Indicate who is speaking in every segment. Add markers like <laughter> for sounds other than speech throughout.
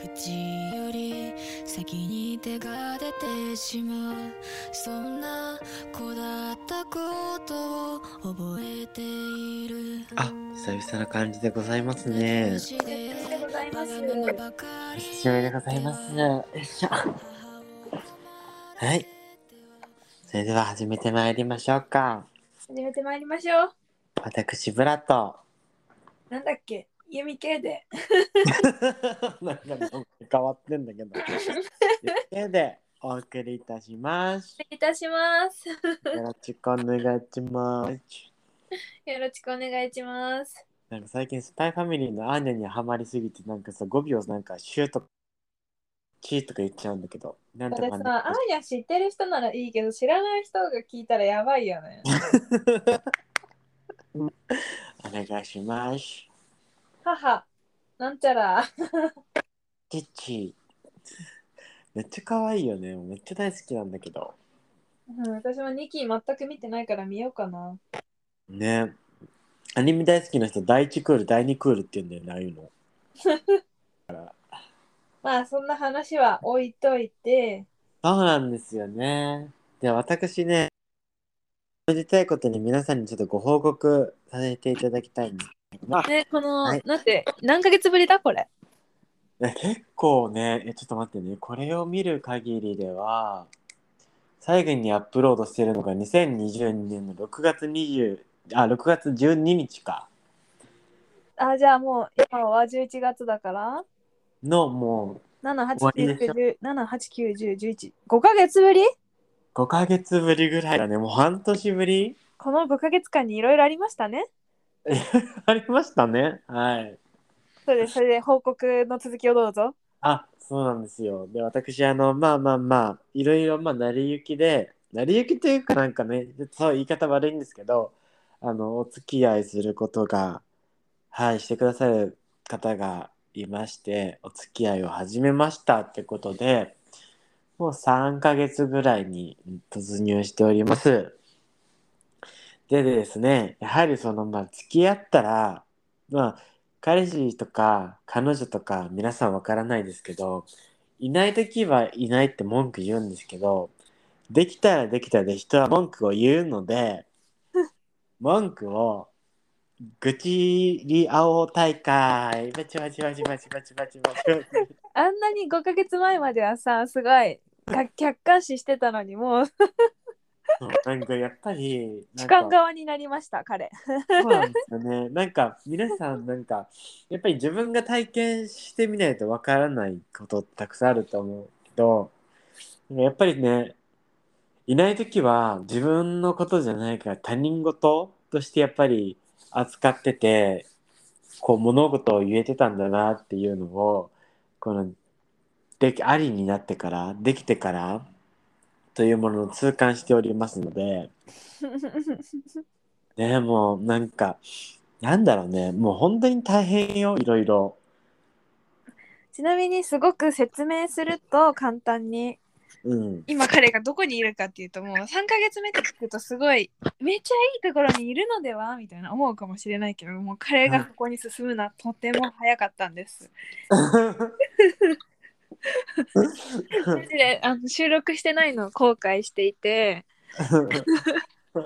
Speaker 1: 口より先に手が出てしまうそんな子だったことを覚えている
Speaker 2: あ、久々な感じでございます
Speaker 1: ね
Speaker 2: ね。
Speaker 1: え
Speaker 3: ございます
Speaker 2: お久しぶりでございます。 <laughs> よいしょ。はい。それでは始めてまいりましょうか。
Speaker 3: 始めてまいりましょう。
Speaker 2: 私、ブラと。
Speaker 3: なんだっけユミ系で。
Speaker 2: <laughs> なんか変わってんだけど。家でお送りいたします。
Speaker 3: いたします。
Speaker 2: よろしくお願いします。
Speaker 3: よろしくお願いします。
Speaker 2: なんか最近スパイファミリーのアーニャにはまりすぎてなんかさ語尾をなんかシューとかチーとか言っちゃうんだけどなん
Speaker 3: ことれ
Speaker 2: か
Speaker 3: さ、
Speaker 2: な
Speaker 3: アーニャ知ってる人ならいいけど、知らない人が聞いたらやばいよね。 <laughs>
Speaker 2: お願いします。
Speaker 3: 母、なんちゃら。
Speaker 2: チッチめっちゃ可愛いよねめっちゃ大好きなんだけど
Speaker 3: うん、私もニキ全く見てないから見ようかな。
Speaker 2: ねアニメ大好きな人第1クール第2クールって言うんだよねああいうの
Speaker 3: まあ、そんな話は置いといて。
Speaker 2: そうなんですよねで私ねおめでたいことに皆さんにちょっとご報告させていただきたいんですけどまあ
Speaker 3: ね、この、
Speaker 2: はい
Speaker 3: なんて、何ヶ月ぶりだこれ。
Speaker 2: え結構ねえちょっと待ってねこれを見る限りでは最後にアップロードしてるのが2022年の6月20あ6月12日か
Speaker 3: あ、じゃあもう、今は11月だから。
Speaker 2: のも
Speaker 3: 7、8、
Speaker 2: 終わり
Speaker 3: 9、
Speaker 2: でしょ
Speaker 3: 10、7、8、9、10、11。5ヶ月ぶり
Speaker 2: う5ヶ月ぶりぐらいだねもう半年ぶり <laughs>
Speaker 3: この5ヶ月間にいろいろありましたね。
Speaker 2: ありましたねはい
Speaker 3: それで、それで報告の続きをどうぞ。
Speaker 2: あそうなんですよで私あのまあまあまあいろいろまあ成り行きで成り行きというかなんかねそう言い方悪いんですけどあのお付き合いすることがはいしてくださる方がいましてお付き合いを始めましたってことでもう3ヶ月ぐらいに突入しておりますでですねやはりそのまあ付き合ったらまあ彼氏とか彼女とか皆さんわからないですけどいない時はいないって文句言うんですけどできたらできたで人は文句を言うので文句を愚痴りあおう大会バチバチバチバチバチバチバチバチ
Speaker 3: あんなに5ヶ月前まではさ、すごいが客観視してたのに、もう
Speaker 2: そうなんかやっぱりな
Speaker 3: 主
Speaker 2: んか
Speaker 3: 観側になりました、彼。 <laughs>
Speaker 2: そうなんですよね。なんか皆さんなんかやっぱり自分が体験してみないとわからないことたくさんあると思うけどやっぱりねいない時は自分のことじゃないから他人事としてやっぱり扱っててこう物事を言えてたんだなっていうのをこのできありになってからできてからというものを痛感しておりますので。ねもうなんかなんだろうねもう本当に大変よいろいろ
Speaker 3: ちなみに、すごく説明すると簡単に、
Speaker 2: うん <laughs>
Speaker 3: 今彼がどこにいるかっていうと、もう3ヶ月目って聞くと、すごい、めちゃいいところにいるのではみたいな思うかもしれないけど、もう彼がここに進むのはとても早かったんです。それであの収録してないのを後悔していて、も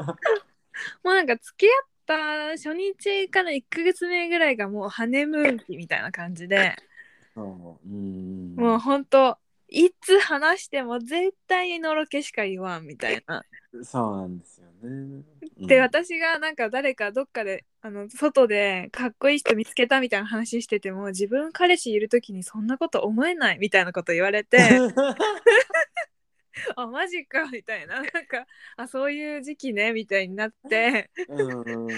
Speaker 3: うなんか付き合った初日から1ヶ月目ぐらいがもうハネムーン期みたいな感じで、
Speaker 2: そううん
Speaker 3: もうほんといつ話しても絶対のろけしか言わんみたいな。
Speaker 2: そうなんですよね
Speaker 3: で私がなんか誰かどっかであの外でかっこいい人見つけたみたいな話してても自分彼氏いる時にそんなこと思えないみたいなこと言われて。
Speaker 2: <laughs>
Speaker 3: あマジかみたいななんかあそういう時期ねみたいになって
Speaker 2: うん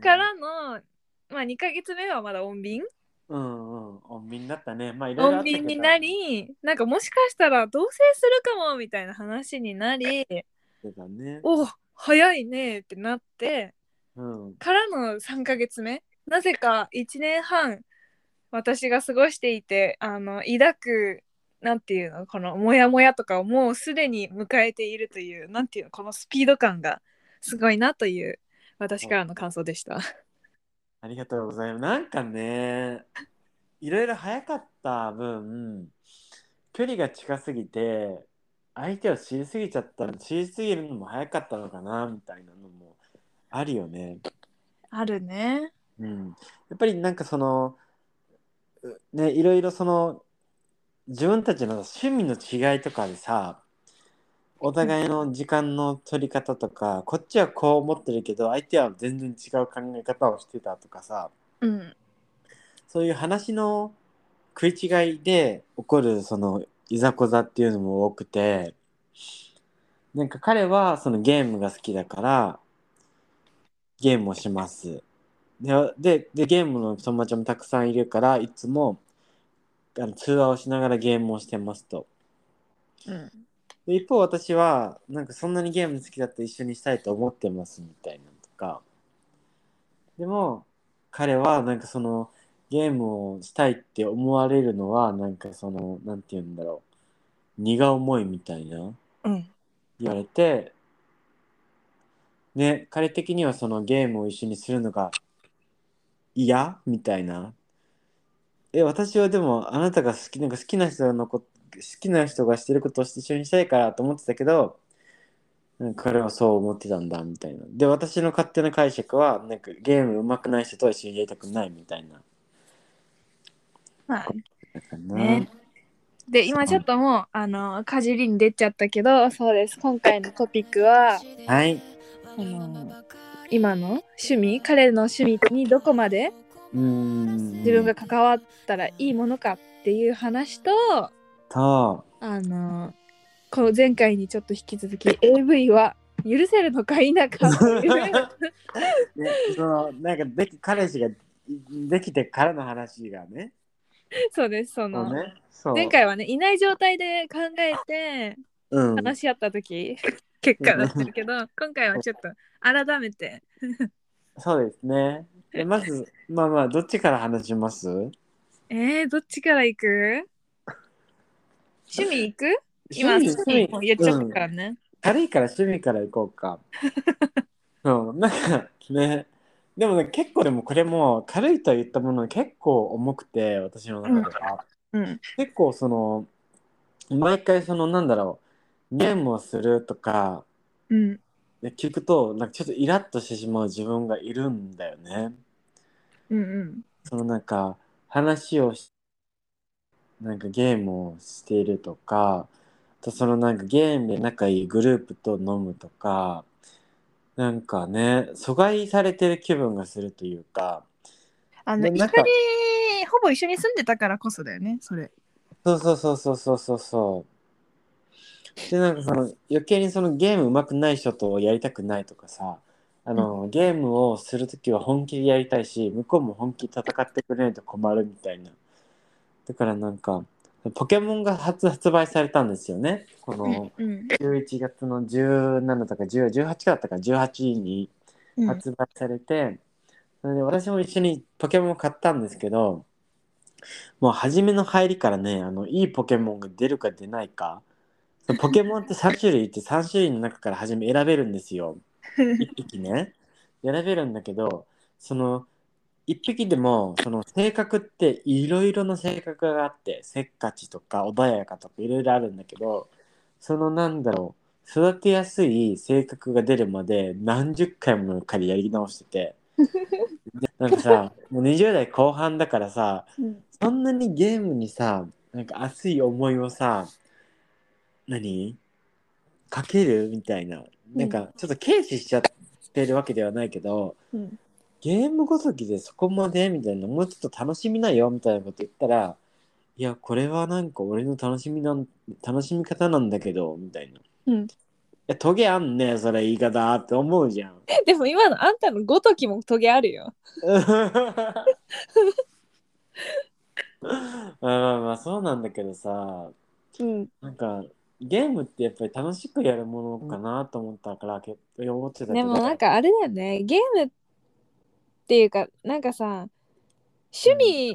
Speaker 3: からの、まあ、2ヶ月目はまだ穏便
Speaker 2: うんうん穏便だったねまあいろいろあ
Speaker 3: 穏
Speaker 2: ったけど
Speaker 3: 便になりなんかもしかしたら同棲するかもみたいな話になり
Speaker 2: そうだね
Speaker 3: お早いねってなって
Speaker 2: うん
Speaker 3: からの3ヶ月目なぜか1年半私が過ごしていてあの抱くなんていうのこのモヤモヤとかをもうすでに迎えているというなんていうのこのスピード感がすごいなという私からの感想でした。
Speaker 2: ありがとうございますなんかねいろいろ早かった分距離が近すぎて相手を知りすぎちゃったの知りすぎるのも早かったのかなみたいなのもあるよね。
Speaker 3: あるね。
Speaker 2: うん、やっぱりなんかそのうねいろいろその自分たちの趣味の違いとかでさお互いの時間の取り方とかこっちはこう思ってるけど相手は全然違う考え方をしてたとかさ
Speaker 3: うん。
Speaker 2: そういう話の食い違いで起こるそのいざこざっていうのも多くてなんか彼はそのゲームが好きだからゲームをしますでででゲームの友達もたくさんいるからいつもあの通話をしながらゲームをしてますと
Speaker 3: うん。
Speaker 2: で一方私はなんかそんなにゲーム好きだったら一緒にしたいと思ってますみたいなのとかでも彼はなんかそのゲームをしたいって思われるのはなんかそのなんて言うんだろう荷が重いみたいな
Speaker 3: うん。
Speaker 2: 言われてね彼的にはそのゲームを一緒にするのが嫌みたいなえ私はでもあなたが好きなんか好きな人のこ好きな人がしてることを一緒にしたいからと思ってたけどうん彼はそう思ってたんだみたいなで私の勝手な解釈はなんかゲーム上手くない人とは一緒にやりたくないみたいな
Speaker 3: まあ
Speaker 2: なんかな
Speaker 3: ね。で、今ちょっともう、あの、かじりに出ちゃったけど、そうです。今回のトピックは、
Speaker 2: はい
Speaker 3: あの、今の趣味、彼の趣味にどこまで
Speaker 2: うーん
Speaker 3: 自分が関わったらいいものかっていう話と、
Speaker 2: と
Speaker 3: あのこの前回にちょっと引き続き AV は許せるのか否かっていう
Speaker 2: <laughs> ね、そのなんかでき彼氏ができてからの話がね。
Speaker 3: そうですそ
Speaker 2: そ
Speaker 3: の
Speaker 2: うね。そう
Speaker 3: 前回はねいない状態で考えて
Speaker 2: うん、
Speaker 3: 話し合った時、結果だったけど今回はちょっと改めて
Speaker 2: そうですね。でまず、まあまあ、どっちから話します
Speaker 3: えー、どっちから行く趣味行く今
Speaker 2: 趣味
Speaker 3: 趣味もう言っちゃったから
Speaker 2: うん
Speaker 3: ね、
Speaker 2: 軽いから趣味からいこう
Speaker 3: <laughs>
Speaker 2: か。そう、なんかね、でもね、結構でもこれも軽いとは言ったものの結構重くて、私の中では。
Speaker 3: うん、
Speaker 2: 結構その、毎回その、なんだろう、ゲームをするとか、
Speaker 3: うん
Speaker 2: で聞くとなんかちょっとイラッとしてしまう自分がいるんだよね。
Speaker 3: うんうん
Speaker 2: そのなんか話をしなんかゲームをしているとかあとそのなんかゲームで仲いいグループと飲むとかなんかね阻害されてる気分がするというか
Speaker 3: あの
Speaker 2: ね
Speaker 3: 一
Speaker 2: な
Speaker 3: 緒
Speaker 2: ん
Speaker 3: に
Speaker 2: か
Speaker 3: ほぼ一緒に住んでたからこそだよねそれ
Speaker 2: そうそうそうそうそうそうそうでなんかその余計にそのゲーム上手くない人とやりたくないとかさあのゲームをするときは本気でやりたいし向こうも本気で戦ってくれないと困るみたいなだからなんかポケモンが初発売されたんですよねこの
Speaker 3: うん
Speaker 2: 11月の17とか10 18だったか18に
Speaker 3: うん
Speaker 2: 発売されて、それで私も一緒にポケモンを買ったんですけどもう初めの入りからねあのいいポケモンが出るか出ないかそのポケモンって3種類って3種類の中から初め選べるんですよ1匹ね選べるんだけどその1匹でもその性格っていろいろな性格があってせっかちとか穏やかとかいろいろあるんだけどそのなんだろう育てやすい性格が出るまで何十回も彼やり直して
Speaker 3: <laughs>
Speaker 2: てでなんかさもう20代後半だからさ
Speaker 3: うん
Speaker 2: そんなにゲームにさなんか熱い思いをさ何かけるみたいななんかちょっと軽視しちゃってるわけではないけど
Speaker 3: うん
Speaker 2: ゲームごときでそこまでみたいなもうちょっと楽しみなよみたいなこと言ったらいやこれはなんか俺の楽しみなん楽しみ方なんだけどみたいな。
Speaker 3: うん
Speaker 2: いや、トゲあんねそれ言い方って思うじ
Speaker 3: <laughs>
Speaker 2: ゃん。
Speaker 3: でも今のあんたのごときもトゲあるよ。
Speaker 2: まあまあまあそうなんだけどさ
Speaker 3: うん。
Speaker 2: なんかゲームってやっぱり楽しくやるものかなと思ったから、結構思ってたけど
Speaker 3: でもなんかあれだよね。ゲームっていうか、なんかさ、趣味、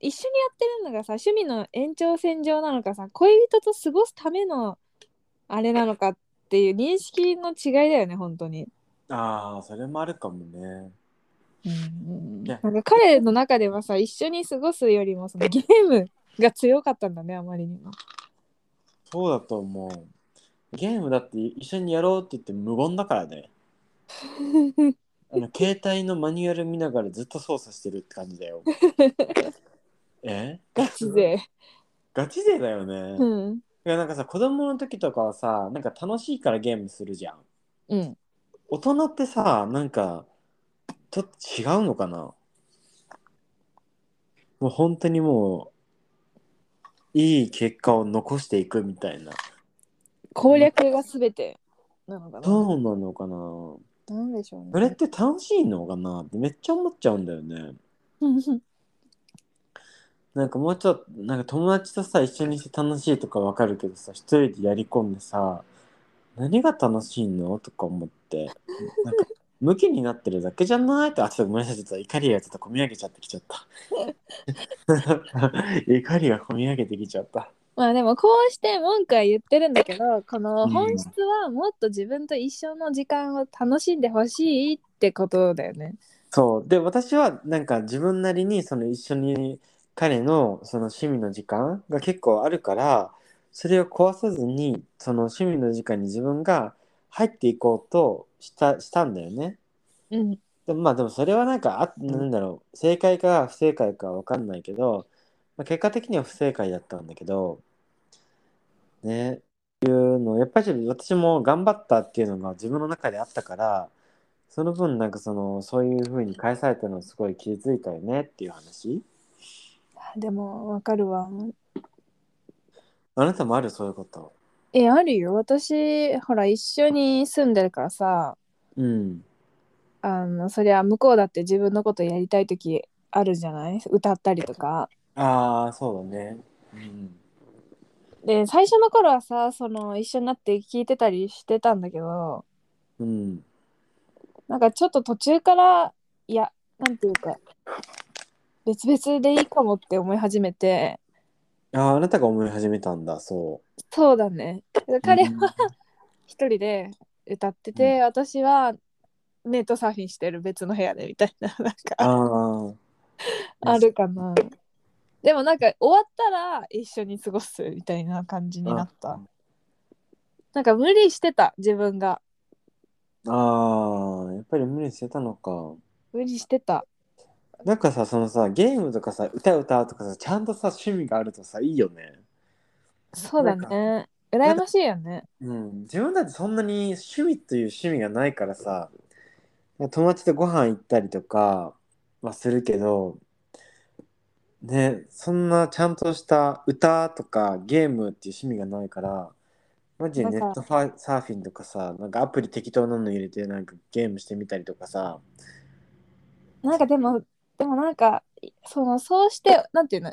Speaker 3: 一緒にやってるのがさ、趣味の延長線上なのかさ、恋人と過ごすためのあれなのかっていう認識の違いだよね、本当に。
Speaker 2: ああそれもあるかもね
Speaker 3: うん
Speaker 2: ね
Speaker 3: なんか彼の中ではさ一緒に過ごすよりもそのゲームが強かったんだねあまりにも。
Speaker 2: そうだと思う。ゲームだって一緒にやろうって言って無言だからね。あ
Speaker 3: <laughs>
Speaker 2: の携帯のマニュアル見ながらずっと操作してるって感じだ
Speaker 3: <laughs>
Speaker 2: よ。え
Speaker 3: ガチで。
Speaker 2: ガチ勢だよね。い
Speaker 3: うん。
Speaker 2: やなんかさ子供の時とかはさなんか楽しいからゲームするじゃん。
Speaker 3: うん。
Speaker 2: 大人ってさなんかちょっと違うのかなもう本当にもういい結果を残していくみたいな
Speaker 3: 攻略が全てなのかな。
Speaker 2: どうなのかな
Speaker 3: なんでしょうね。
Speaker 2: それ
Speaker 3: <laughs>
Speaker 2: って楽しいのかなってめっちゃ思っちゃうんだよねなんかもうちょっとなんか友達とさ一緒にして楽しいとかわかるけどさ一人でやり込んでさ何が楽しいのとか思ってなんか無気になってるだけじゃないとあちょっとごめんなさいちょっと怒りがちょっとこみ上げちゃってきちゃった <laughs> 怒りがこみ上げてきちゃった
Speaker 3: まあでもこうして文句は言ってるんだけどこ
Speaker 2: う
Speaker 3: の
Speaker 2: ん
Speaker 3: 本質はもっと自分と一緒の時間を楽しんでほしいってことだよね。
Speaker 2: そうで私はなんか自分なりにその一緒に彼のその趣味の時間が結構あるからそれを壊さずにその趣味の時間に自分が入っていこうとしたしたんだよね。
Speaker 3: うん。
Speaker 2: でもまあでもそれはなんかあなんだろう正解か不正解かわかんないけど、まあ、結果的には不正解だったんだけどねいうのやっぱり私も頑張ったっていうのが自分の中であったからその分なんかそのそういう風に返されたのすごい気づいたよねっていう話
Speaker 3: でもわかるわ。
Speaker 2: あなたもあるそういうこと
Speaker 3: え、あるよ。私、ほら、一緒に住んでるからさ、
Speaker 2: うん
Speaker 3: あの、そりゃ向こうだって自分のことやりたい時あるじゃない歌ったりとか。
Speaker 2: ああそうだねうん
Speaker 3: で、最初の頃はさ、その、一緒になって聞いてたりしてたんだけど、
Speaker 2: うん
Speaker 3: なんかちょっと途中から、いや、なんていうか、別々でいいかもって思い始めて、
Speaker 2: あーあなたが思い始めたんだそ
Speaker 3: そうだね。
Speaker 2: う
Speaker 3: 彼
Speaker 2: う
Speaker 3: は
Speaker 2: ん
Speaker 3: 一人で歌ってて、私はネットサーフィンしてる別の部屋でみたいな、 <laughs> なんか。 <laughs>
Speaker 2: ああ
Speaker 3: あるかな。でもなんか終わったら一緒に過ごすみたいな感じになった。なんか無理してた自分が。
Speaker 2: ああ、やっぱり無理してたのか。
Speaker 3: 無理してた。
Speaker 2: なんかさ、そのさ、ゲームとかさ、歌歌うとかさ、ちゃんとさ、趣味があるとさ、いいよね。
Speaker 3: そうだね。羨ましいよね。
Speaker 2: うん。自分だってそんなに趣味という趣味がないからさ、友達とご飯行ったりとかはするけど、ね、そんなちゃんとした歌とかゲームっていう趣味がないから、マジでネットファサーフィンとかさ、なんかアプリ適当なの入れて、なんかゲームしてみたりとかさ、
Speaker 3: なんかでも、でもなんか、そのそうして、なんていうの、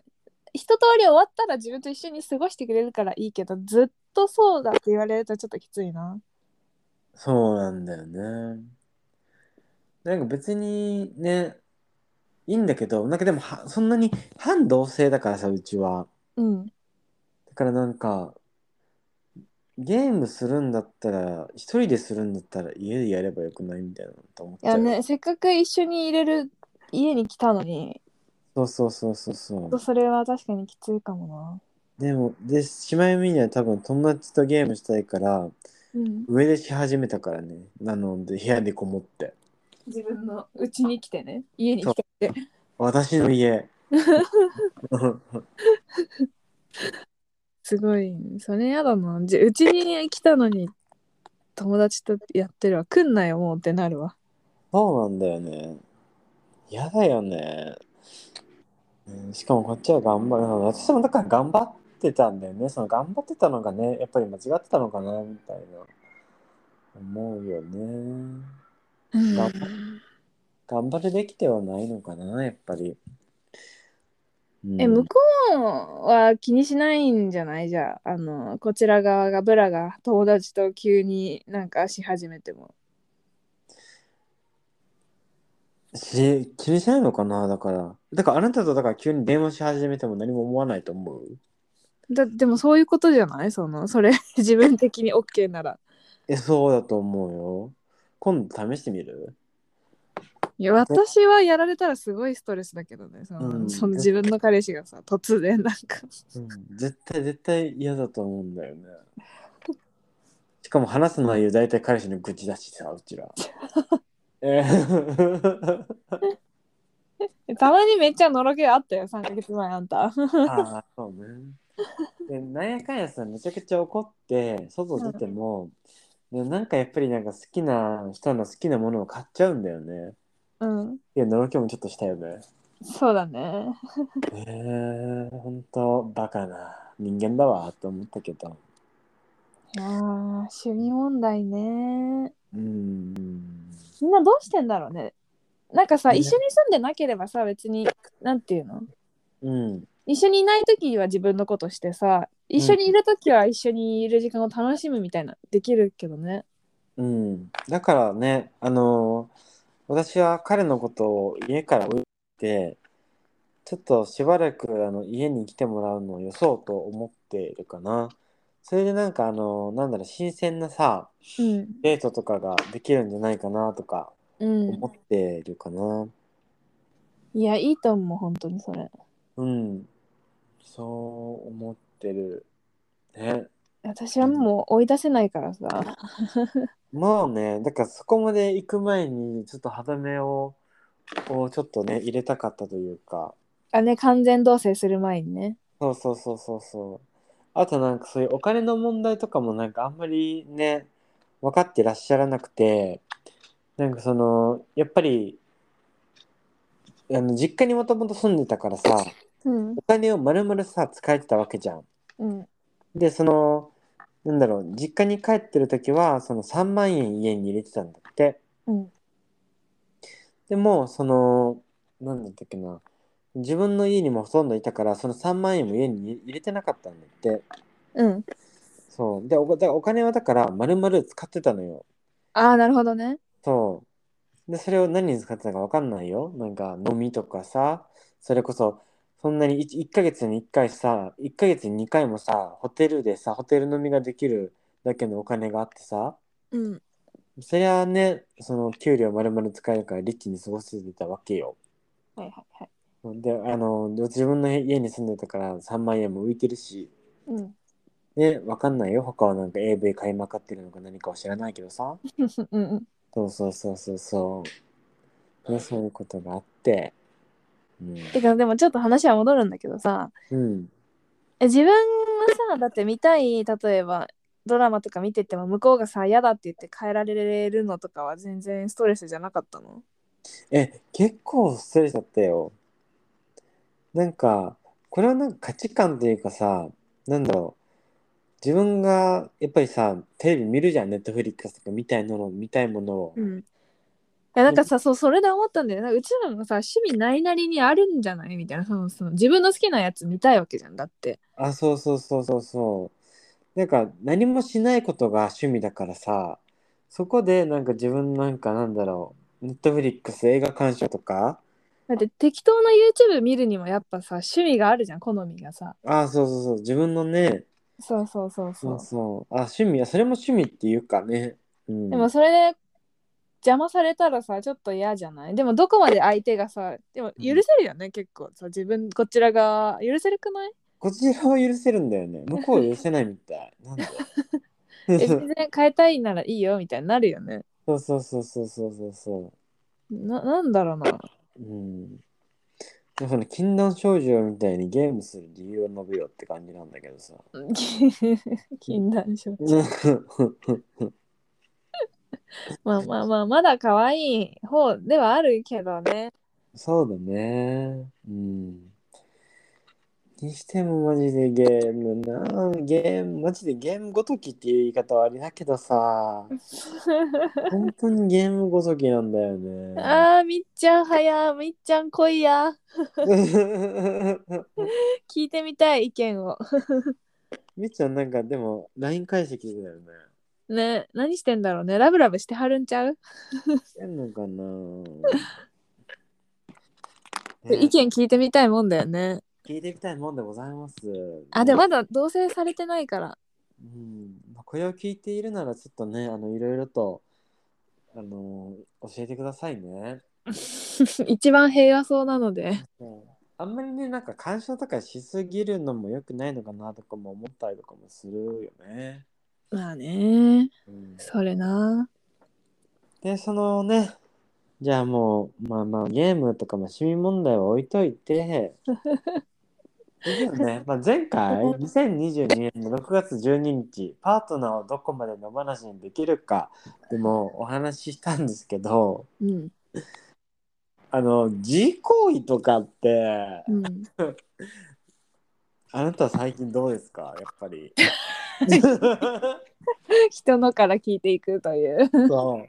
Speaker 3: 一通り終わったら自分と一緒に過ごしてくれるからいいけど、ずっとそうだって言われるとちょっときついな。
Speaker 2: そうなんだよね。なんか別にね、いいんだけど、なんかでもはそんなに反同性だからさ、うちは。
Speaker 3: うん。
Speaker 2: だからなんか、ゲームするんだったら、一人でするんだったら家でやればよくないみたいなのと思っ
Speaker 3: い
Speaker 2: ちゃ
Speaker 3: や
Speaker 2: う。
Speaker 3: ね、せっかく一緒に入れる家に来たのに、
Speaker 2: そうそうそうそうそ
Speaker 3: ちょっと
Speaker 2: う。
Speaker 3: それは確かにきついかも
Speaker 2: でも、で、しまいみには多分友達とゲームしたいから、
Speaker 3: な。うん。
Speaker 2: 上でし始めたからね。なので、部屋でこもって。
Speaker 3: 自分の家に来てね家に来てって
Speaker 2: 私の
Speaker 3: <laughs>
Speaker 2: 家。
Speaker 3: すごいそれやだなじうちに来たのに友達とやってるわ来んなよもうってなるわ
Speaker 2: そうなんだよね。嫌だよね。うん、しかもこっちは頑張る。私もだから頑張ってたんだよね。その頑張ってたのがね、やっぱり間違ってたのかな、みたいな。思うよね。頑頑張るべきではないのかな、やっぱり。うん
Speaker 3: え向こうは気にしないんじゃないじゃああのこちら側がブラが友達と急になんかし始めても
Speaker 2: し気にしないのかな、だから。だからあなたとだから急に電話し始めても何も思わないと思う
Speaker 3: だでもそういうことじゃないそのそれ <laughs> 自分的に OK なら
Speaker 2: え、そうだと思うよ。今度試してみる
Speaker 3: いや私はやられたらすごいストレスだけどねその,、
Speaker 2: うん
Speaker 3: その自分の彼氏がさ突然なん <laughs> か
Speaker 2: うん、絶対絶対嫌だと思うんだよねしかも話す内容大体彼氏の愚痴だしさうちらえー
Speaker 3: たまにめっちゃのろけあったよ3ヶ月前あんた
Speaker 2: ああそうねでなんやかんやさめちゃくちゃ怒って外出ても、でなんかやっぱりなんか好きな人の好きなものを買っちゃうんだよね
Speaker 3: うん
Speaker 2: いやのろけもちょっとしたよね
Speaker 3: そうだね
Speaker 2: えー、ほんとバカな人間だわって思ったけど
Speaker 3: あー趣味問題ね
Speaker 2: うん
Speaker 3: みんなどうしてんだろうねなんかさ
Speaker 2: ね
Speaker 3: 一緒に住んでなければさ別になんていうの
Speaker 2: うん
Speaker 3: 一緒にいない時は自分のことしてさ一緒にいる時は一緒にいる時間を楽しむみたいなできるけどね
Speaker 2: うん、だからね、あのー私は彼のことを家から置いて、ちょっとしばらくあの家に来てもらうのをよそうと思っているかな。それでなんかあのーなんだろう、新鮮なさ、
Speaker 3: うん
Speaker 2: デートとかができるんじゃないかなとか
Speaker 3: うん
Speaker 2: 思っているかな。
Speaker 3: いやいいと思う本当にそれ
Speaker 2: うん、そう思ってる。ね。
Speaker 3: 私はもう追い出せないからさ
Speaker 2: もうね、だからそこまで行く前に、ちょっと歯止めを、をちょっとね、入れたかったというか、
Speaker 3: あね完全同棲する前にね
Speaker 2: そうそうそうそうそう。あとなんかそういうお金の問題とかもなんかあんまりね、分かってらっしゃらなくて、なんかその、やっぱり、あの実家にもともと住んでたからさ、
Speaker 3: うん
Speaker 2: お金をまるまるさ、使えてたわけじゃん。
Speaker 3: うん
Speaker 2: で、その、なんだろう、実家に帰ってる時は、その3万円家に入れてたんだって。
Speaker 3: うん
Speaker 2: でも、その、なんだったっけな、自分の家にもほとんどいたから、その3万円も家に入れてなかったんだって。
Speaker 3: うん
Speaker 2: そう。で、おだからお金はだから、まるまる使ってたのよ。
Speaker 3: ああなるほどね
Speaker 2: そう。で、それを何に使ってたかわかんないよ。なんか、飲みとかさ、それこそ、そんなに 1, ヶ月に1回さ、1ヶ月に2回もさ、ホテルでさ、ホテル飲みができるだけのお金があってさ、
Speaker 3: うん
Speaker 2: そりゃあね、その給料まるまる使えるからリッチに過ごせてたわけよ。
Speaker 3: はいはいはい
Speaker 2: で、あの、自分の家に住んでたから3万円も浮いてるし、
Speaker 3: うん
Speaker 2: ね、わかんないよ。他はなんか AV 買いまかってるのか何かは知らないけどさ。
Speaker 3: うんうん
Speaker 2: そうそうそうそうそう。ね、そういうことがあって。うん。
Speaker 3: てかでもちょっと話は戻るんだけどさ
Speaker 2: うん。
Speaker 3: え自分はさだって見たい例えばドラマとか見てても向こうがさ嫌だって言って変えられるのとかは全然ストレスじゃなかったの
Speaker 2: え、結構ストレスだったよ。なんか、これはなんか価値観というかさ、なんだろう。自分がやっぱりさ、テレビ見るじゃん、ネットフリックスとか見たいもの、見たいものを。
Speaker 3: んいやなんかさそうそれで思ったんだよねうちらもさ趣味ないなりにあるんじゃないみたいなそのその自分の好きなやつ見たいわけじゃんだって
Speaker 2: あ、そうそうそうそうそう。なんか何もしないことが趣味だからさ、そこでなんか自分なんかなんだろう、ネットフリックス映画鑑賞とか、
Speaker 3: だって適当な YouTube 見るにもやっぱさ趣味があるじゃん好みがさ
Speaker 2: あ、そうそうそう、自分のね、
Speaker 3: そうそうそうそ
Speaker 2: そう
Speaker 3: う
Speaker 2: そう、あ、趣味、それも趣味っていうかね、うん、
Speaker 3: でもそれで邪魔されたらさちょっと嫌じゃないでもどこまで相手がさでも許せるよね、結構さ自分こちらが許せるく
Speaker 2: <laughs>
Speaker 3: ない
Speaker 2: こちらを許せるんだよね、向こうを許せないみたい。 <laughs> なんで
Speaker 3: え
Speaker 2: <laughs>
Speaker 3: 全然変えたいならいいよみたいになるよね
Speaker 2: そうそうそうそうそうそうそ
Speaker 3: ななんだろうな <laughs>
Speaker 2: う。うん。でもその禁断症状みたいにゲームする理由を述べよって感じなんだけど <laughs> さ。
Speaker 3: 禁断症状まあまあまあまだ可愛い方ではあるけどね
Speaker 2: そうだね。うん。にしてもマジでゲームなゲーム、マジでゲームごときっていう言い方はあれだけどさ、本当にゲームごときなんだよね。
Speaker 3: あーみっちゃん早みっちゃん来いや聞いてみたい意見を
Speaker 2: みっちゃんなんかでも LINE 解析だよね。
Speaker 3: ね何してんだろうねラブラブしてはるんちゃう、
Speaker 2: やんのかなね
Speaker 3: 意見聞いてみたいもんだよね
Speaker 2: 聞いてみたいもんでございます。
Speaker 3: あでもまだ同棲されてないから
Speaker 2: うんまあこれを聞いているならちょっとねあのいろいろとあの教えてくださいね。
Speaker 3: <laughs> 一番平和そうなので。
Speaker 2: うんあんまりねなんか干渉とかしすぎるのも良くないのかなとかも思ったりとかもするよね。
Speaker 3: まあね。
Speaker 2: うん
Speaker 3: それな。
Speaker 2: でそのねじゃあもうまあまあゲームとかも趣味問題は置いといていいよね、まあ、前 <laughs> 回2022年の6月12日パートナーをどこまで野放しにできるかでもお話ししたんですけど
Speaker 3: うん。
Speaker 2: あの自行為とかって
Speaker 3: うん。
Speaker 2: あなた最近どうですかやっぱり。
Speaker 3: <laughs> 人のから聞いていくという。
Speaker 2: <laughs> そう。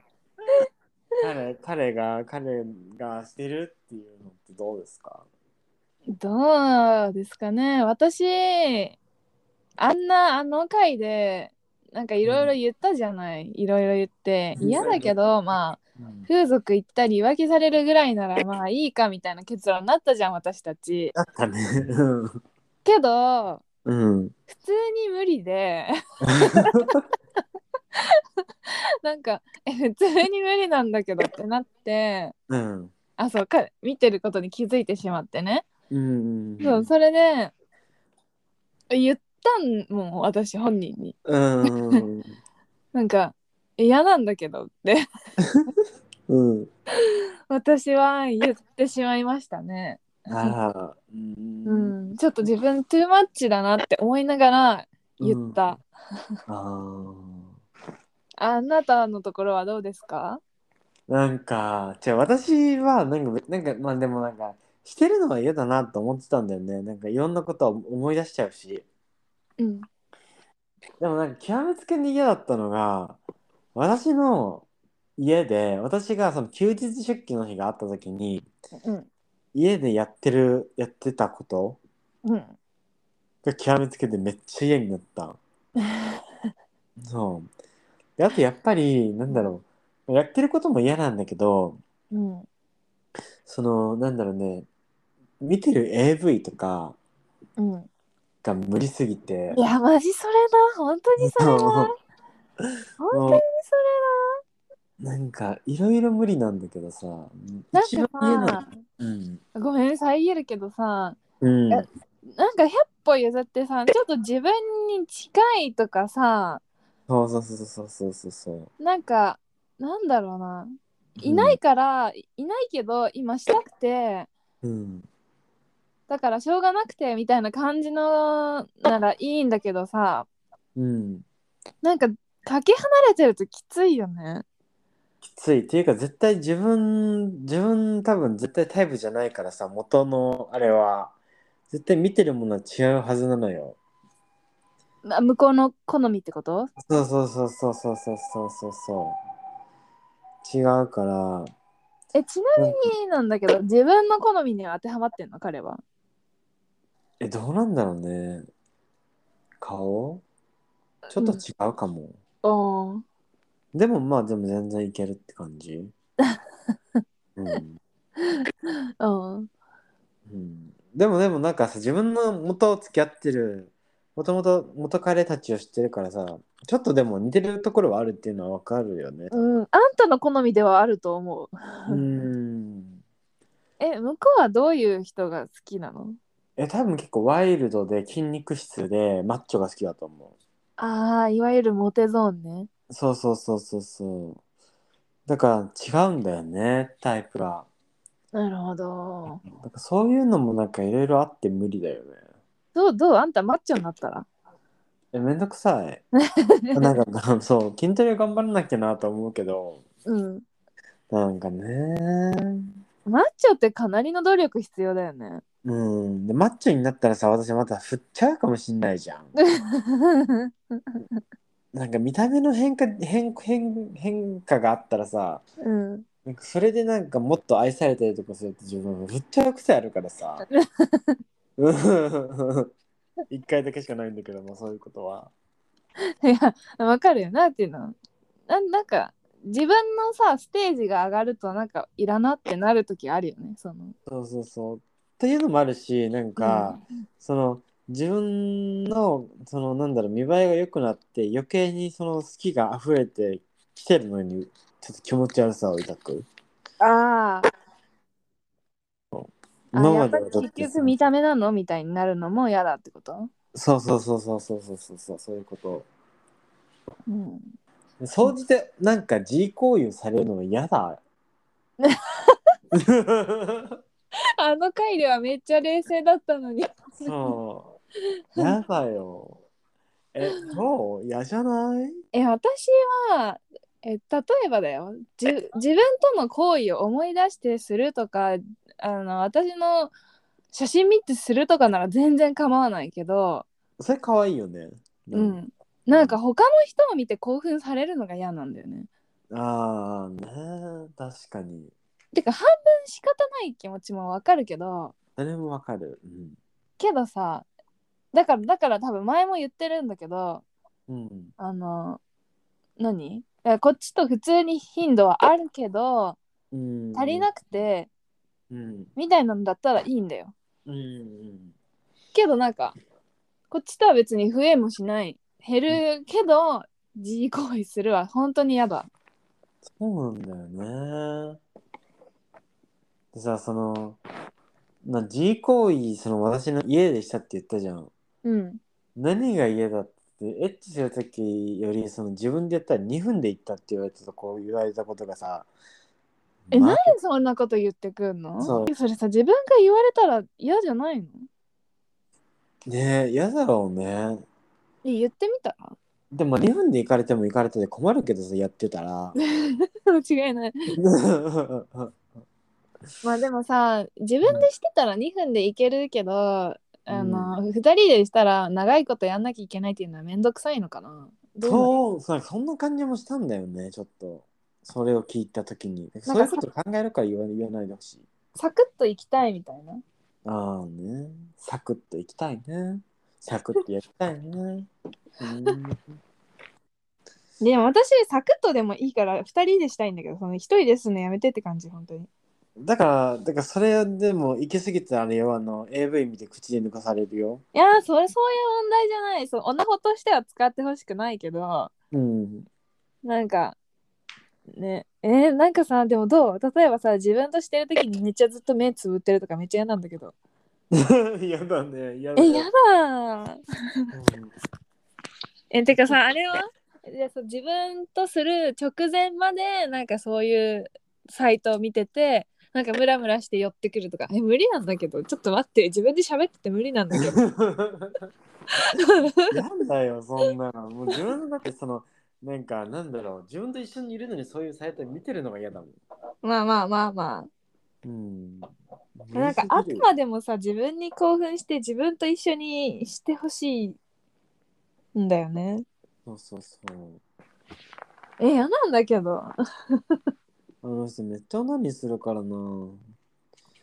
Speaker 2: 彼彼が彼がしてるっていうのってどうですか
Speaker 3: どうですかね。私、あんなあの回で、なんかいろいろ言ったじゃない。いろいろ言って。
Speaker 2: うん
Speaker 3: 嫌だけど、まあ、風俗行ったり浮気されるぐらいならまあいいかみたいな結論になったじゃん、私たち。
Speaker 2: だったね。うん
Speaker 3: けど、
Speaker 2: うん。
Speaker 3: 普通に無
Speaker 2: <laughs>
Speaker 3: 理でなんかえ普通に無理なんだけどってなって
Speaker 2: うん。
Speaker 3: あそうか見てることに気づいてしまってね、
Speaker 2: うん。
Speaker 3: そうそれで言ったんもう私本人に
Speaker 2: うん。
Speaker 3: なんかえ嫌なんだけどって <laughs>
Speaker 2: うん。
Speaker 3: 私は言ってしまいましたね、
Speaker 2: ああ。うん
Speaker 3: うん、ちょっと自分トゥーマッチだなって思いながら言った、
Speaker 2: うんあ
Speaker 3: あなたのところはどうですか
Speaker 2: あ。なんか、じゃ私はなんか、なんか、まあでもなんか、してるのは嫌だなと思ってたんだよね。なんかいろんなことを思い出しちゃうし。
Speaker 3: うん
Speaker 2: でもなんか極めつけに嫌だったのが私の家で私がその休日出勤の日があった時に
Speaker 3: うん
Speaker 2: 家でやってるやってたこと
Speaker 3: うん
Speaker 2: が極めつけてめっちゃ嫌になったそうであとやっぱりなんだろうやってることも嫌なんだけど
Speaker 3: うん
Speaker 2: そのなんだろうね見てる AV とか
Speaker 3: うん
Speaker 2: が無理すぎて
Speaker 3: いや、マジそれな。本当にそれな。本当に
Speaker 2: なんかいろいろ無理なんだけどさ
Speaker 3: それ
Speaker 2: 一番嫌
Speaker 3: な。なん
Speaker 2: な
Speaker 3: か
Speaker 2: うん
Speaker 3: さ、ごめん、遮るけどさ、
Speaker 2: うん
Speaker 3: えなんか100歩譲ってさ、ちょっと自分に近いとかさ、
Speaker 2: そうそうそうそうそうそうそ
Speaker 3: なんか、なんだろうな。
Speaker 2: う。
Speaker 3: いないから、いいないけど、今したくて、
Speaker 2: うん。
Speaker 3: だからしょうがなくてみたいな感じのならいいんだけどさ、
Speaker 2: うん。
Speaker 3: なんか、かけ離れてるときついよね。
Speaker 2: きついっていうか絶対自分自分多分絶対タイプじゃないからさ元のあれは絶対見てるものは違うはずなのよ。
Speaker 3: な向こうの好みってこと
Speaker 2: そうそうそうそうそうそうそうそうそう。違うから
Speaker 3: え、ちなみになんだけど、自分の好みには当てはまってんの彼は。
Speaker 2: えどうなんだろうね。顔ちょっと違うかも。
Speaker 3: おー
Speaker 2: でもまあでも全然いけるって感じ。うん。
Speaker 3: うん
Speaker 2: うんでもでもなんかさ自分の元付き合ってるもともと元彼たちを知ってるからさちょっとでも似てるところはあるっていうのはわかるよね。
Speaker 3: うん、あんたの好みではあると思う。
Speaker 2: うん
Speaker 3: え、向こうはどういう人が好きなの
Speaker 2: え多分結構ワイルドで筋肉質でマッチョが好きだと思
Speaker 3: ああ、いわゆるモテゾーンね。
Speaker 2: う。そうそうそうそうそう。だから違うんだよねタイプが。
Speaker 3: なるほど。
Speaker 2: なんかそういうのもなんかいろいろあって無理だよね。
Speaker 3: どうどうあんたマッチョになったら
Speaker 2: えめんどくさい。なんかそう筋トレ頑張らなきゃなと思うけど
Speaker 3: うん。
Speaker 2: なんかね。
Speaker 3: マッチョってかなりの努力必要だよ <laughs> ね。
Speaker 2: うん、でマッチョになったらさ私また振っちゃうかもしんないじゃん。なんか見た目の変化変変変化があったらさ
Speaker 3: うん。
Speaker 2: なんかそれでなんかもっと愛されたりとかすると自分振っちゃう癖あるからさうん <laughs> 一回だけしかないんだけどもそういうことは。
Speaker 3: いや、わかるよ。なんていうのななんか、自分のさ、ステージが上がると、なんか、いらなってなるときあるよね。その。
Speaker 2: そうそうそうっていうのもあるしなんか、その自分のそのなんだろう見栄えが良くなって余計にその好きが溢れてきてるのにちょっと気持ち悪さを抱く。
Speaker 3: ああ、あ
Speaker 2: 今
Speaker 3: や
Speaker 2: ま
Speaker 3: っ
Speaker 2: で
Speaker 3: ぱ
Speaker 2: は
Speaker 3: り
Speaker 2: だって
Speaker 3: 結局見た目なのみたいになるのも嫌だってこと
Speaker 2: そうそうそうそうそうそうそうそうそういうこと
Speaker 3: うん。
Speaker 2: 総じてなんか自行為をされるのは嫌だ
Speaker 3: あの回ではめっちゃ冷静だったのに。
Speaker 2: そう嫌だよえどう嫌じゃない
Speaker 3: <laughs> え私はえ例えばだよじゅ自分との行為を思い出してするとかあの私の写真見てするとかなら全然構わないけど、
Speaker 2: それ可愛いよね
Speaker 3: うんなんか他の人を見て興奮されるのが嫌なんだよね。
Speaker 2: ああね確かに
Speaker 3: てか半分仕方ない気持ちもわかるけど
Speaker 2: それもわかるうん
Speaker 3: けどさだからだから多分前も言ってるんだけど
Speaker 2: うん
Speaker 3: あの何いやこっちと普通に頻度はあるけど
Speaker 2: うん
Speaker 3: 足りなくて
Speaker 2: うん
Speaker 3: みたいなんだったらいいんだよ。
Speaker 2: うんうん
Speaker 3: けどなんかこっちとは別に増えもしない減るけど自慰行為するは本当に嫌だ
Speaker 2: そうなんだよね。でさ、その、な、G 行為、その私の家でしたって言ったじゃん。
Speaker 3: うん
Speaker 2: 何が嫌だって、エッチするときより、その自分でやったら2分で行ったって言われたとこ言われたことがさ、
Speaker 3: え、
Speaker 2: まあ
Speaker 3: なんでそんなこと言ってくんの
Speaker 2: そ
Speaker 3: それさ自分が言われたら嫌じゃないの
Speaker 2: ねえ、嫌だろうね。
Speaker 3: え言ってみたら
Speaker 2: でも2分で行かれても行かれてで困るけどさ、やってたら。
Speaker 3: 間違いないまあでもさ自分でしてたら2分でいけるけど、あの2人でしたら長いことやんなきゃいけないっていうのはめんどくさいのかなどうなの
Speaker 2: そう、そうそんな感じもしたんだよね、ちょっと。それを聞いたときに。
Speaker 3: さ
Speaker 2: そういうこと考えるから言わ言わないでほしい。
Speaker 3: サクッと行きたいみたいな
Speaker 2: ああね。サクッといきたいね。サクッとやりたい
Speaker 3: <laughs>
Speaker 2: ね。うん
Speaker 3: でも私サクッとでもいいから2人でしたいんだけどその1人ですのやめてって感じ本当に
Speaker 2: だから、だからそれでも行き過ぎたらあれよ、あの、AV 見て口で抜かされるよ。
Speaker 3: いやーそれそういう問題じゃないそう女子としては使ってほしくないけど
Speaker 2: <laughs> うん。
Speaker 3: なんかねえー、なんかさでもどう例えばさ自分としてる時にめっちゃずっと目つぶってるとかめっちゃ嫌なんだけど
Speaker 2: 嫌だね。嫌だ
Speaker 3: え
Speaker 2: ね
Speaker 3: やだー <laughs>
Speaker 2: うん
Speaker 4: えてかさあれは
Speaker 3: じゃあそう自分とする直前までなんかそういうサイトを見ててなんかムラムラして寄ってくるとかえ無理なんだけどちょっと待って自分で喋ってて無理なんだけど
Speaker 2: やだよ、そんなの。もう自分のだってその、なんか、なんだろう、自分と一緒にいるのにそういうサイト見てるのが嫌だもん。
Speaker 3: まあまあまあまあ
Speaker 2: うん。
Speaker 3: なんかあくまでもさ自分に興奮して自分と一緒にしてほしいんだよね。
Speaker 2: そうそうそう。
Speaker 3: え嫌なんだけど。
Speaker 2: あの人めっちゃ何するからな。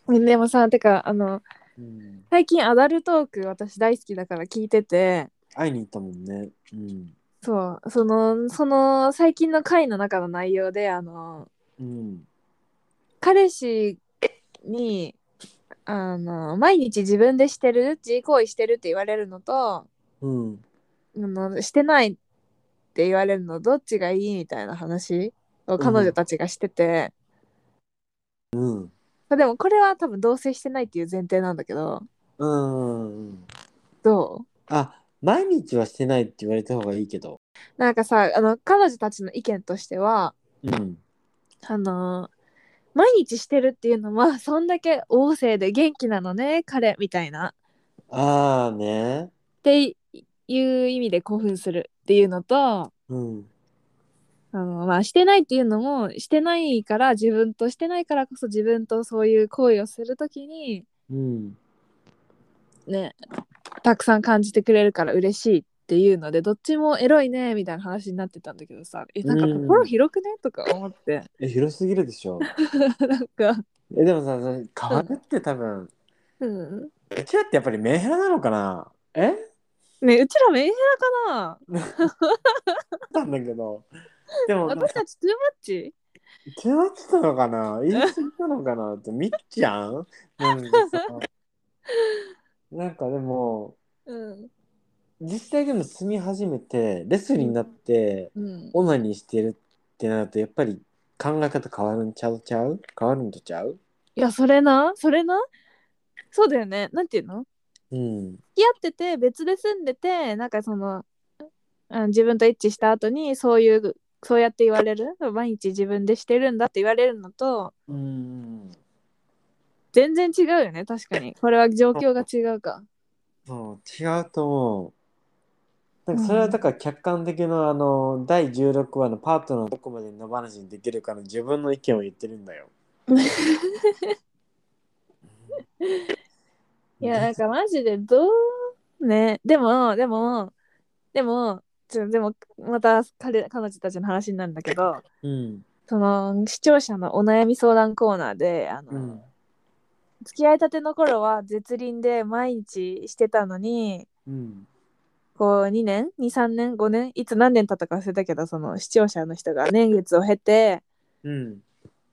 Speaker 2: う
Speaker 3: でもさてかあの
Speaker 2: ん。
Speaker 3: 最近アダルトーク私大好きだから聞いてて
Speaker 2: 会いに行ったもんね。うん。
Speaker 3: そうそのその最近の回の中の内容であの
Speaker 2: うん。
Speaker 3: 彼氏にあの毎日自分でしてる自慰行為してるって言われるのと
Speaker 2: うん。
Speaker 3: あのしてないって言われるのどっちがいいみたいな話を彼女たちがしてて、
Speaker 2: うん。
Speaker 3: まあでもこれは多分同棲してないっていう前提なんだけど
Speaker 2: うん。
Speaker 3: ど
Speaker 2: あ、毎日はしてないって言われた方がいいけど。
Speaker 3: うなんかさあの彼女たちの意見としては
Speaker 2: うん。
Speaker 3: あのー毎日してるっていうのは <laughs> そんだけ旺盛で元気なのね彼みたいな
Speaker 2: ああね。
Speaker 3: っていう意味で興奮するっていうのと
Speaker 2: うん。
Speaker 3: あのまあしてないっていうのもしてないから自分としてないからこそ自分とそういう行為をするときに
Speaker 2: うん。
Speaker 3: ねたくさん感じてくれるから嬉しいっていうのでどっちもエロいねみたいな話になってたんだけどさえなんか
Speaker 2: うん
Speaker 3: 心広くねとか思って <laughs>
Speaker 2: え、広すぎるでしょ。
Speaker 3: なんか、
Speaker 2: え、でもさ、それ変わるって多分、
Speaker 3: うん、
Speaker 2: うちらってやっぱりメンヘラなのかなえ
Speaker 3: ねうちらメンヘラか
Speaker 2: な
Speaker 3: な
Speaker 2: んだけど。でも、
Speaker 3: 私たちトゥーマッチ
Speaker 2: 気になってたのかな言い過ぎたのかなって、みっちゃんなんか <laughs> さなんかでも、
Speaker 3: うん
Speaker 2: 実際でも住み始めて、レスリーになって、
Speaker 3: うん
Speaker 2: オナニーしてるってなると、やっぱり考え方変わるんちゃうちゃう変わるんとちゃう
Speaker 3: いやそれなそれなそうだよねなんていうの
Speaker 2: うん。
Speaker 3: 付き合ってて別で住んでてなんかその、うん、自分と一致した後にそういうそうやって言われる毎日自分でしてるんだって言われるのと
Speaker 2: うん。
Speaker 3: 全然違うよね確か
Speaker 2: <laughs>
Speaker 3: にこれは状況が違うか
Speaker 2: そう、違うと思う。なんかそれはだから客観的な、あの第16話のパートナーをどこまで野放しにできるかの自分の意見を言ってるんだよ。
Speaker 3: いやなんかマジでどうねでもでもでもちょでもまた彼彼女たちの話になるんだけど
Speaker 2: うん。
Speaker 3: その視聴者のお悩み相談コーナーであの、
Speaker 2: うん。
Speaker 3: 付き合いたての頃は絶倫で毎日してたのに
Speaker 2: うん。
Speaker 3: こう2年23年5年いつ何年経ったか忘れたけどその視聴者の人が年月を経て
Speaker 2: うん。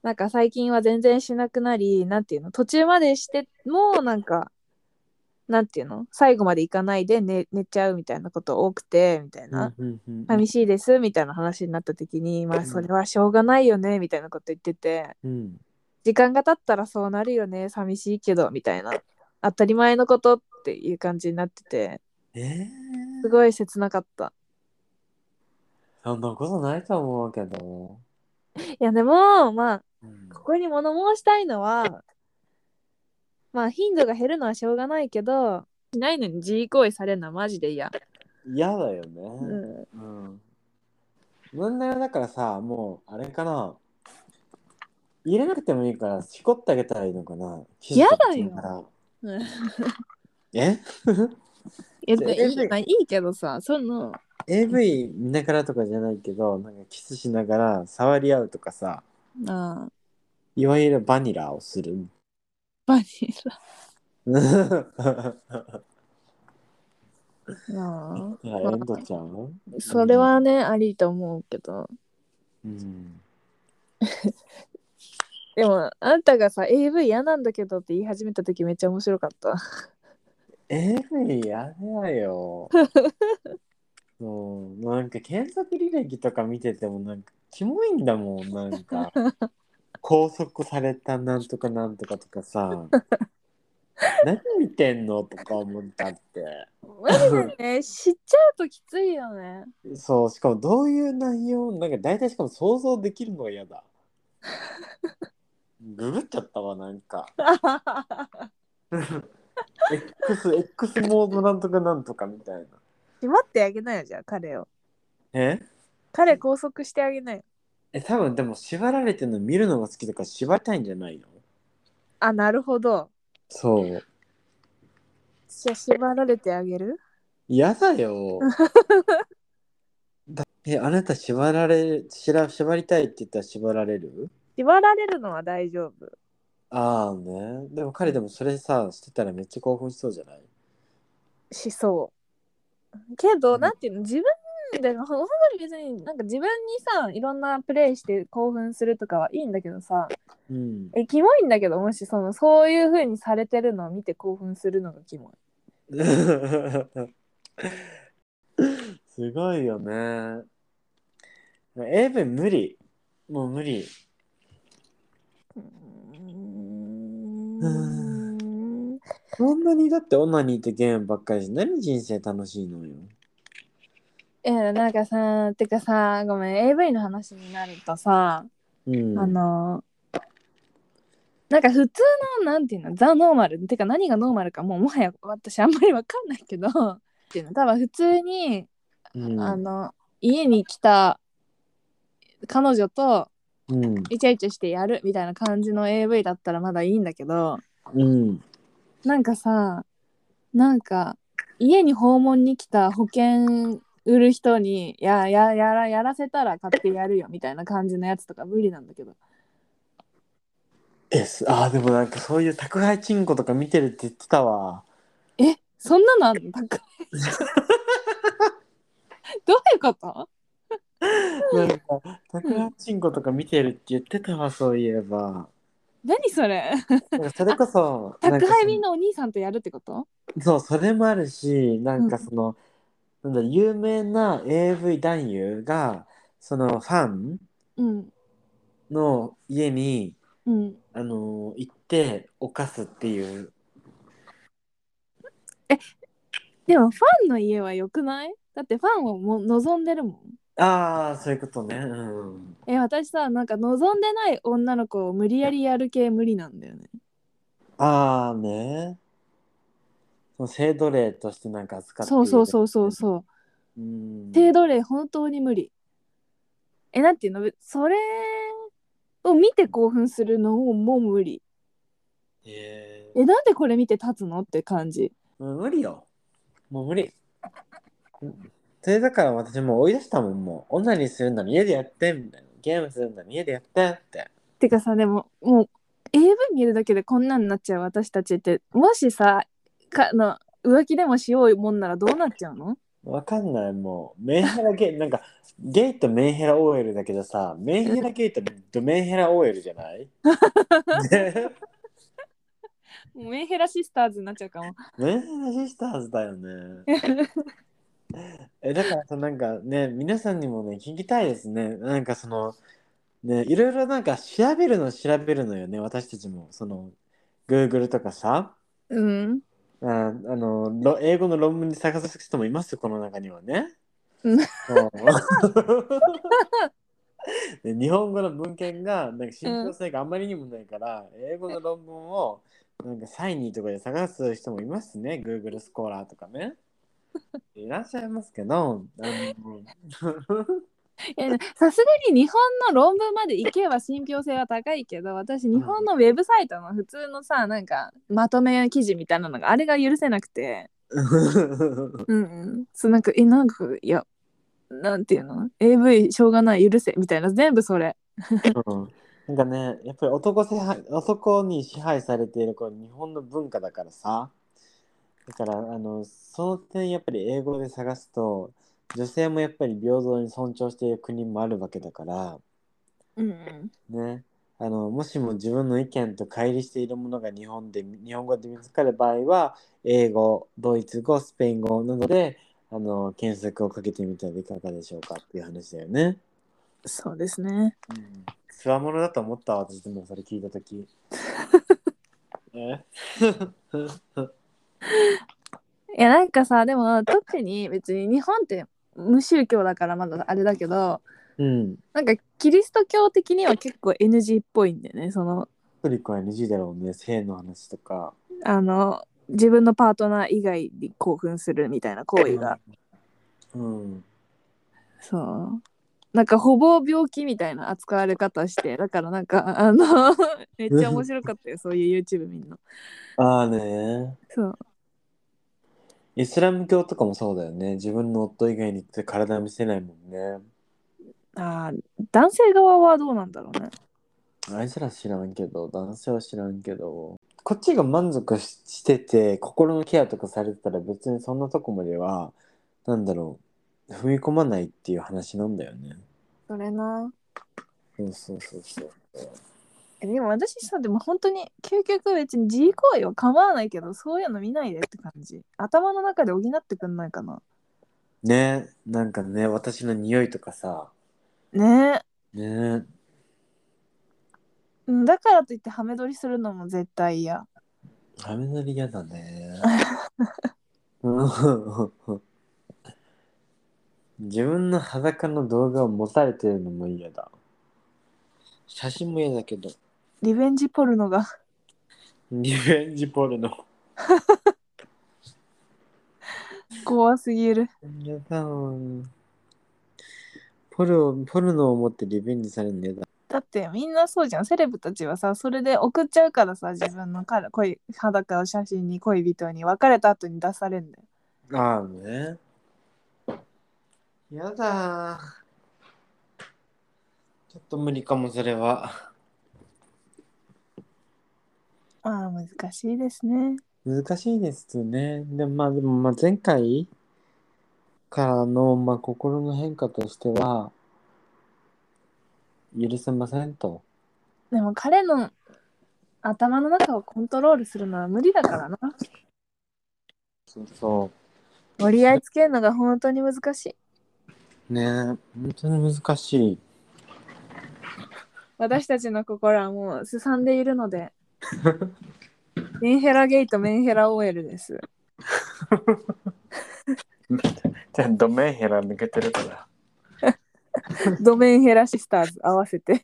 Speaker 3: なんか最近は全然しなくなりなんていうの途中までしてもなんかなんていうの最後まで行かないで寝寝ちゃうみたいなこと多くてみたいな、
Speaker 2: うんうん
Speaker 3: 寂しいですみたいな話になった時にまあそれはしょうがないよねみたいなこと言ってて。
Speaker 2: うん。
Speaker 3: 時間が経ったらそうなるよね寂しいけどみたいな当たり前のことっていう感じになってて
Speaker 2: えー、
Speaker 3: すごい切なかった
Speaker 2: そんなことないと思うけど。
Speaker 3: いやでもまあ
Speaker 2: うん
Speaker 3: ここに物申したいのはまあ頻度が減るのはしょうがないけどしないのに自慰行為されるのはマジで嫌、
Speaker 2: 嫌だよね。
Speaker 3: うん、
Speaker 2: うん。問題はだからさ、もう、あれかな。入れなくてもいいから、しこってあげたらいいのかな。
Speaker 3: 嫌だよ
Speaker 2: 傷とかついた
Speaker 3: <laughs>
Speaker 2: ら
Speaker 3: うん
Speaker 2: え
Speaker 3: いや
Speaker 2: で
Speaker 3: いいまあいいけどさその
Speaker 2: ?AV 見ながらとかじゃないけど、なんかキスしながら触り合うとかさ、
Speaker 3: ああ
Speaker 2: いわゆるバニラをする。 <laughs>
Speaker 3: バニラあ
Speaker 2: いやエンドちゃん
Speaker 3: あそれはねありと思うけど
Speaker 2: うん。
Speaker 3: でもあんたがさ AV 嫌なんだけどって言い始めた時めっちゃ面白かった
Speaker 2: AV やだよ。そう、なんか検索履歴とか見ててもなんかキモいんだもん、なんか。拘束されたなんとかなんとかとかさ。何見てんのとか思ったって。
Speaker 3: マジでね知っちゃうときついよね
Speaker 2: そう、しかもどういう内容、なんか大体しかも想像できるのが嫌だ。ググっちゃったわ、なんか。X、X モードなんとかなんとかみたいな。
Speaker 3: 縛ってあげないよじゃあ彼を
Speaker 2: え
Speaker 3: 彼拘束してあげないよ
Speaker 2: え、多分でも縛られてるの見るのが好きだから縛りたいんじゃないの
Speaker 3: あなるほど
Speaker 2: そう。
Speaker 3: じゃあ縛られてあげる
Speaker 2: 嫌だ <laughs> よ。だえ、あなた縛られ、しら縛りたいって言ったら縛られる
Speaker 3: 縛られるのは大丈夫
Speaker 2: ああね。でも彼でもそれさ、してたらめっちゃ興奮しそうじゃない
Speaker 3: しそうけど、
Speaker 2: うん
Speaker 3: なんていうの自分でほ本当に別になんか自分にさいろんなプレイして興奮するとかはいいんだけどさ
Speaker 2: うん。
Speaker 3: えキモいんだけどもしそのそういう風にされてるのを見て興奮するのがキモい
Speaker 2: <laughs> すごいよね。AV 無理。もう無理。
Speaker 3: う
Speaker 2: う
Speaker 3: ーん
Speaker 2: こんなにだってオナニーってゲームばっかりし、何人生楽しいのよ。
Speaker 3: いやなんかさてかさごめん AV の話になるとさ、
Speaker 2: うん。
Speaker 3: あのなんか普通のなんていうのザ・ノーマルてか何がノーマルかもうもはや私あんまりわかんないけどっていうの多分普通に、
Speaker 2: うん、
Speaker 3: あの家に来た彼女と
Speaker 2: うん。
Speaker 3: イチャイチャしてやるみたいな感じの AV だったらまだいいんだけど
Speaker 2: うん。
Speaker 3: なんかさなんか家に訪問に来た保険売る人にやややらやらせたら買ってやるよみたいな感じのやつとか無理なんだけど
Speaker 2: え、すあー、でもなんかそういう宅配チンコとか見てるって言ってたわ。
Speaker 3: えそんなのあるの高い
Speaker 2: <laughs>
Speaker 3: どういうこと
Speaker 2: なんか、宅配チンコとか見てるって言ってたわ、そういえば。
Speaker 3: 何それ
Speaker 2: なんかそれこそ、なん
Speaker 3: 宅
Speaker 2: か
Speaker 3: 配便のお兄さんとやるってこと
Speaker 2: そう、それもあるし、なんかその、なんだ、有名な AV 男優が、そのファン
Speaker 3: うん
Speaker 2: の家に、
Speaker 3: うん
Speaker 2: あのー行って犯すっていう
Speaker 3: でもファンの家は良くないだってファンをも望んでるもん。
Speaker 2: ああそういうことねうん
Speaker 3: え、私さ、なんか望んでない女の子を無理やりやる系無理なんだよね。
Speaker 2: ああねその性奴隷としてなんか扱って
Speaker 3: そうそうそうそう
Speaker 2: う、
Speaker 3: そ
Speaker 2: う
Speaker 3: う。
Speaker 2: ん、
Speaker 3: 性奴隷本当に無理。え、なんていうのべそれを見て興奮するのももう無理。
Speaker 2: えー
Speaker 3: え、なんでこれ見て立つのって感じ。
Speaker 2: もう無理よ。もう無理。うんそれだから私もう追い出したもん、もう。女にするんだら家でやってみたいな。ゲームするんだら家でやってって。
Speaker 3: てかさ、でももう AV 見るだけでこんなんなっちゃう私たちって、もしさ、かの浮気でもしようもんならどうなっちゃうの
Speaker 2: わかんない、もう。メンヘラゲイ、なんか、ゲイとメンヘラ OL だけどさ、メンヘラゲイとドメンヘラ OL じゃないね
Speaker 3: もうメンヘラシスターズになっちゃうかも。
Speaker 2: メンヘラシスターズだよね。えだからさなんかね皆さんにもね聞きたいですねなんかそのねいろいろなんか調べるの調べるのよね私たちもその Google とかさ
Speaker 3: <laughs> うん。
Speaker 2: ああのろ英語の論文に探す人もいますよこの中にはね。
Speaker 3: うん
Speaker 2: そう <laughs> で日本語の文献がなんか信憑性があまりにもないから、英語の論文をなんかサイニーとかで探す人もいますね Google スコーラーとかね。いらっしゃいますけどあの
Speaker 3: えさすがに日本の論文まで行けば信憑性は高いけど私日本のウェブサイトの普通のさなんかまとめ記事みたいなのがあれが許せなくてうんうんそうなんかえなんかいやなんていうの AV しょうがない許せみたいな全部それ
Speaker 2: うんなんかねやっぱり男支配男に支配されているこれ日本の文化だからさだからあのその点やっぱり英語で探すと女性もやっぱり平等に尊重している国もあるわけだから
Speaker 3: うんうん
Speaker 2: ねあのもしも自分の意見と乖離しているものが日本で日本語で見つかる場合は英語ドイツ語スペイン語などであの検索をかけてみてはいかがでしょうかっていう話だよね。
Speaker 3: そうですね
Speaker 2: うんつわものだと思ったわ私でもそれ聞いた時え
Speaker 3: いやなんかさでも特に別に日本って無宗教だからまだあれだけど
Speaker 2: <laughs> うん
Speaker 3: なんかキリスト教的には結構 NG っぽいんだよねその
Speaker 2: トリコは NG だろうね性の話とか
Speaker 3: あの自分のパートナー以外に興奮するみたいな行為が、
Speaker 2: うん
Speaker 3: そうなんかほぼ病気みたいな扱われ方してだからなんかあの <laughs> めっちゃ面白かったよそういう YouTube みんな
Speaker 2: ああね
Speaker 3: そう
Speaker 2: イスラム教とかもそうだよね自分の夫以外に体見せないもんね
Speaker 3: あー男性側はどうなんだろうね
Speaker 2: あいつら知らんけど男性は知らんけどこっちが満足ししてて心のケアとかされてたら別にそんなとこまではなんだろう踏み込まないっていう話なんだよね
Speaker 3: それな
Speaker 2: そうそうそうそう
Speaker 3: えでも私さでも本当に究極別に自慰行為は構わないけどそういうの見ないでって感じ頭の中で補ってくんないかな
Speaker 2: ねなんかね私の匂いとかさ
Speaker 3: ねえ
Speaker 2: ね
Speaker 3: うんだからといってハメ撮りするのも絶対嫌
Speaker 2: ハメ塗り嫌だねうん自分の裸の動画を持たれてるのも嫌だ写真も嫌だけど
Speaker 3: リベンジポルノが
Speaker 2: リベンジポルノ
Speaker 3: 怖すぎる
Speaker 2: 嫌だわポルをポルノを持ってリベンジされるの嫌だ
Speaker 3: だってみんなそうじゃんセレブたちはさそれで送っちゃうからさ自分のから恋裸を写真に恋人に別れた後に出されるんだよ
Speaker 2: ああね嫌だちょっと無理かもそれは
Speaker 3: まあ難しいですね
Speaker 2: 難しいですね。でもまあでもまあ前回からのまあ心の変化としては許せませんと。
Speaker 3: でも彼の頭の中をコントロールするのは無理だからな
Speaker 2: そうそ。
Speaker 3: 折り合いつけるのが本当に難しいう
Speaker 2: ねえ本当に難しい。
Speaker 3: 私たちの心はも <laughs> うすさんでいるのでメンヘラゲイとメンヘラ OL です
Speaker 2: じゃあドメンヘラ抜けてるから。
Speaker 5: ドメンヘラシスターズ合わせて。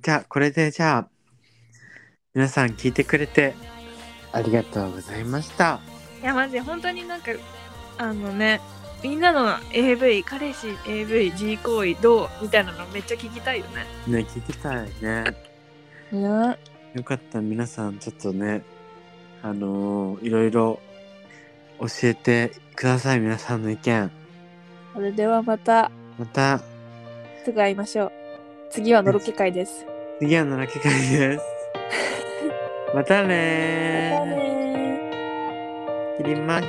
Speaker 2: じゃあこれでじゃあ皆さん聞いてくれてありがとうございました。
Speaker 3: いやマジで本当になんかあのねみんなの AV 彼氏 AV G 行為どうみたいなのめっちゃ聞きたいよね
Speaker 2: ね聞きたいね。
Speaker 5: ね。
Speaker 2: よかった皆さんちょっとねあのーいろいろ教えてください皆さんの意見。
Speaker 5: それではまた
Speaker 2: また
Speaker 5: すぐ会いましょう。次はのろけ会です。
Speaker 2: 次はのらけ
Speaker 5: <laughs>
Speaker 2: 会です。またねー。
Speaker 5: またねー
Speaker 2: 切ります。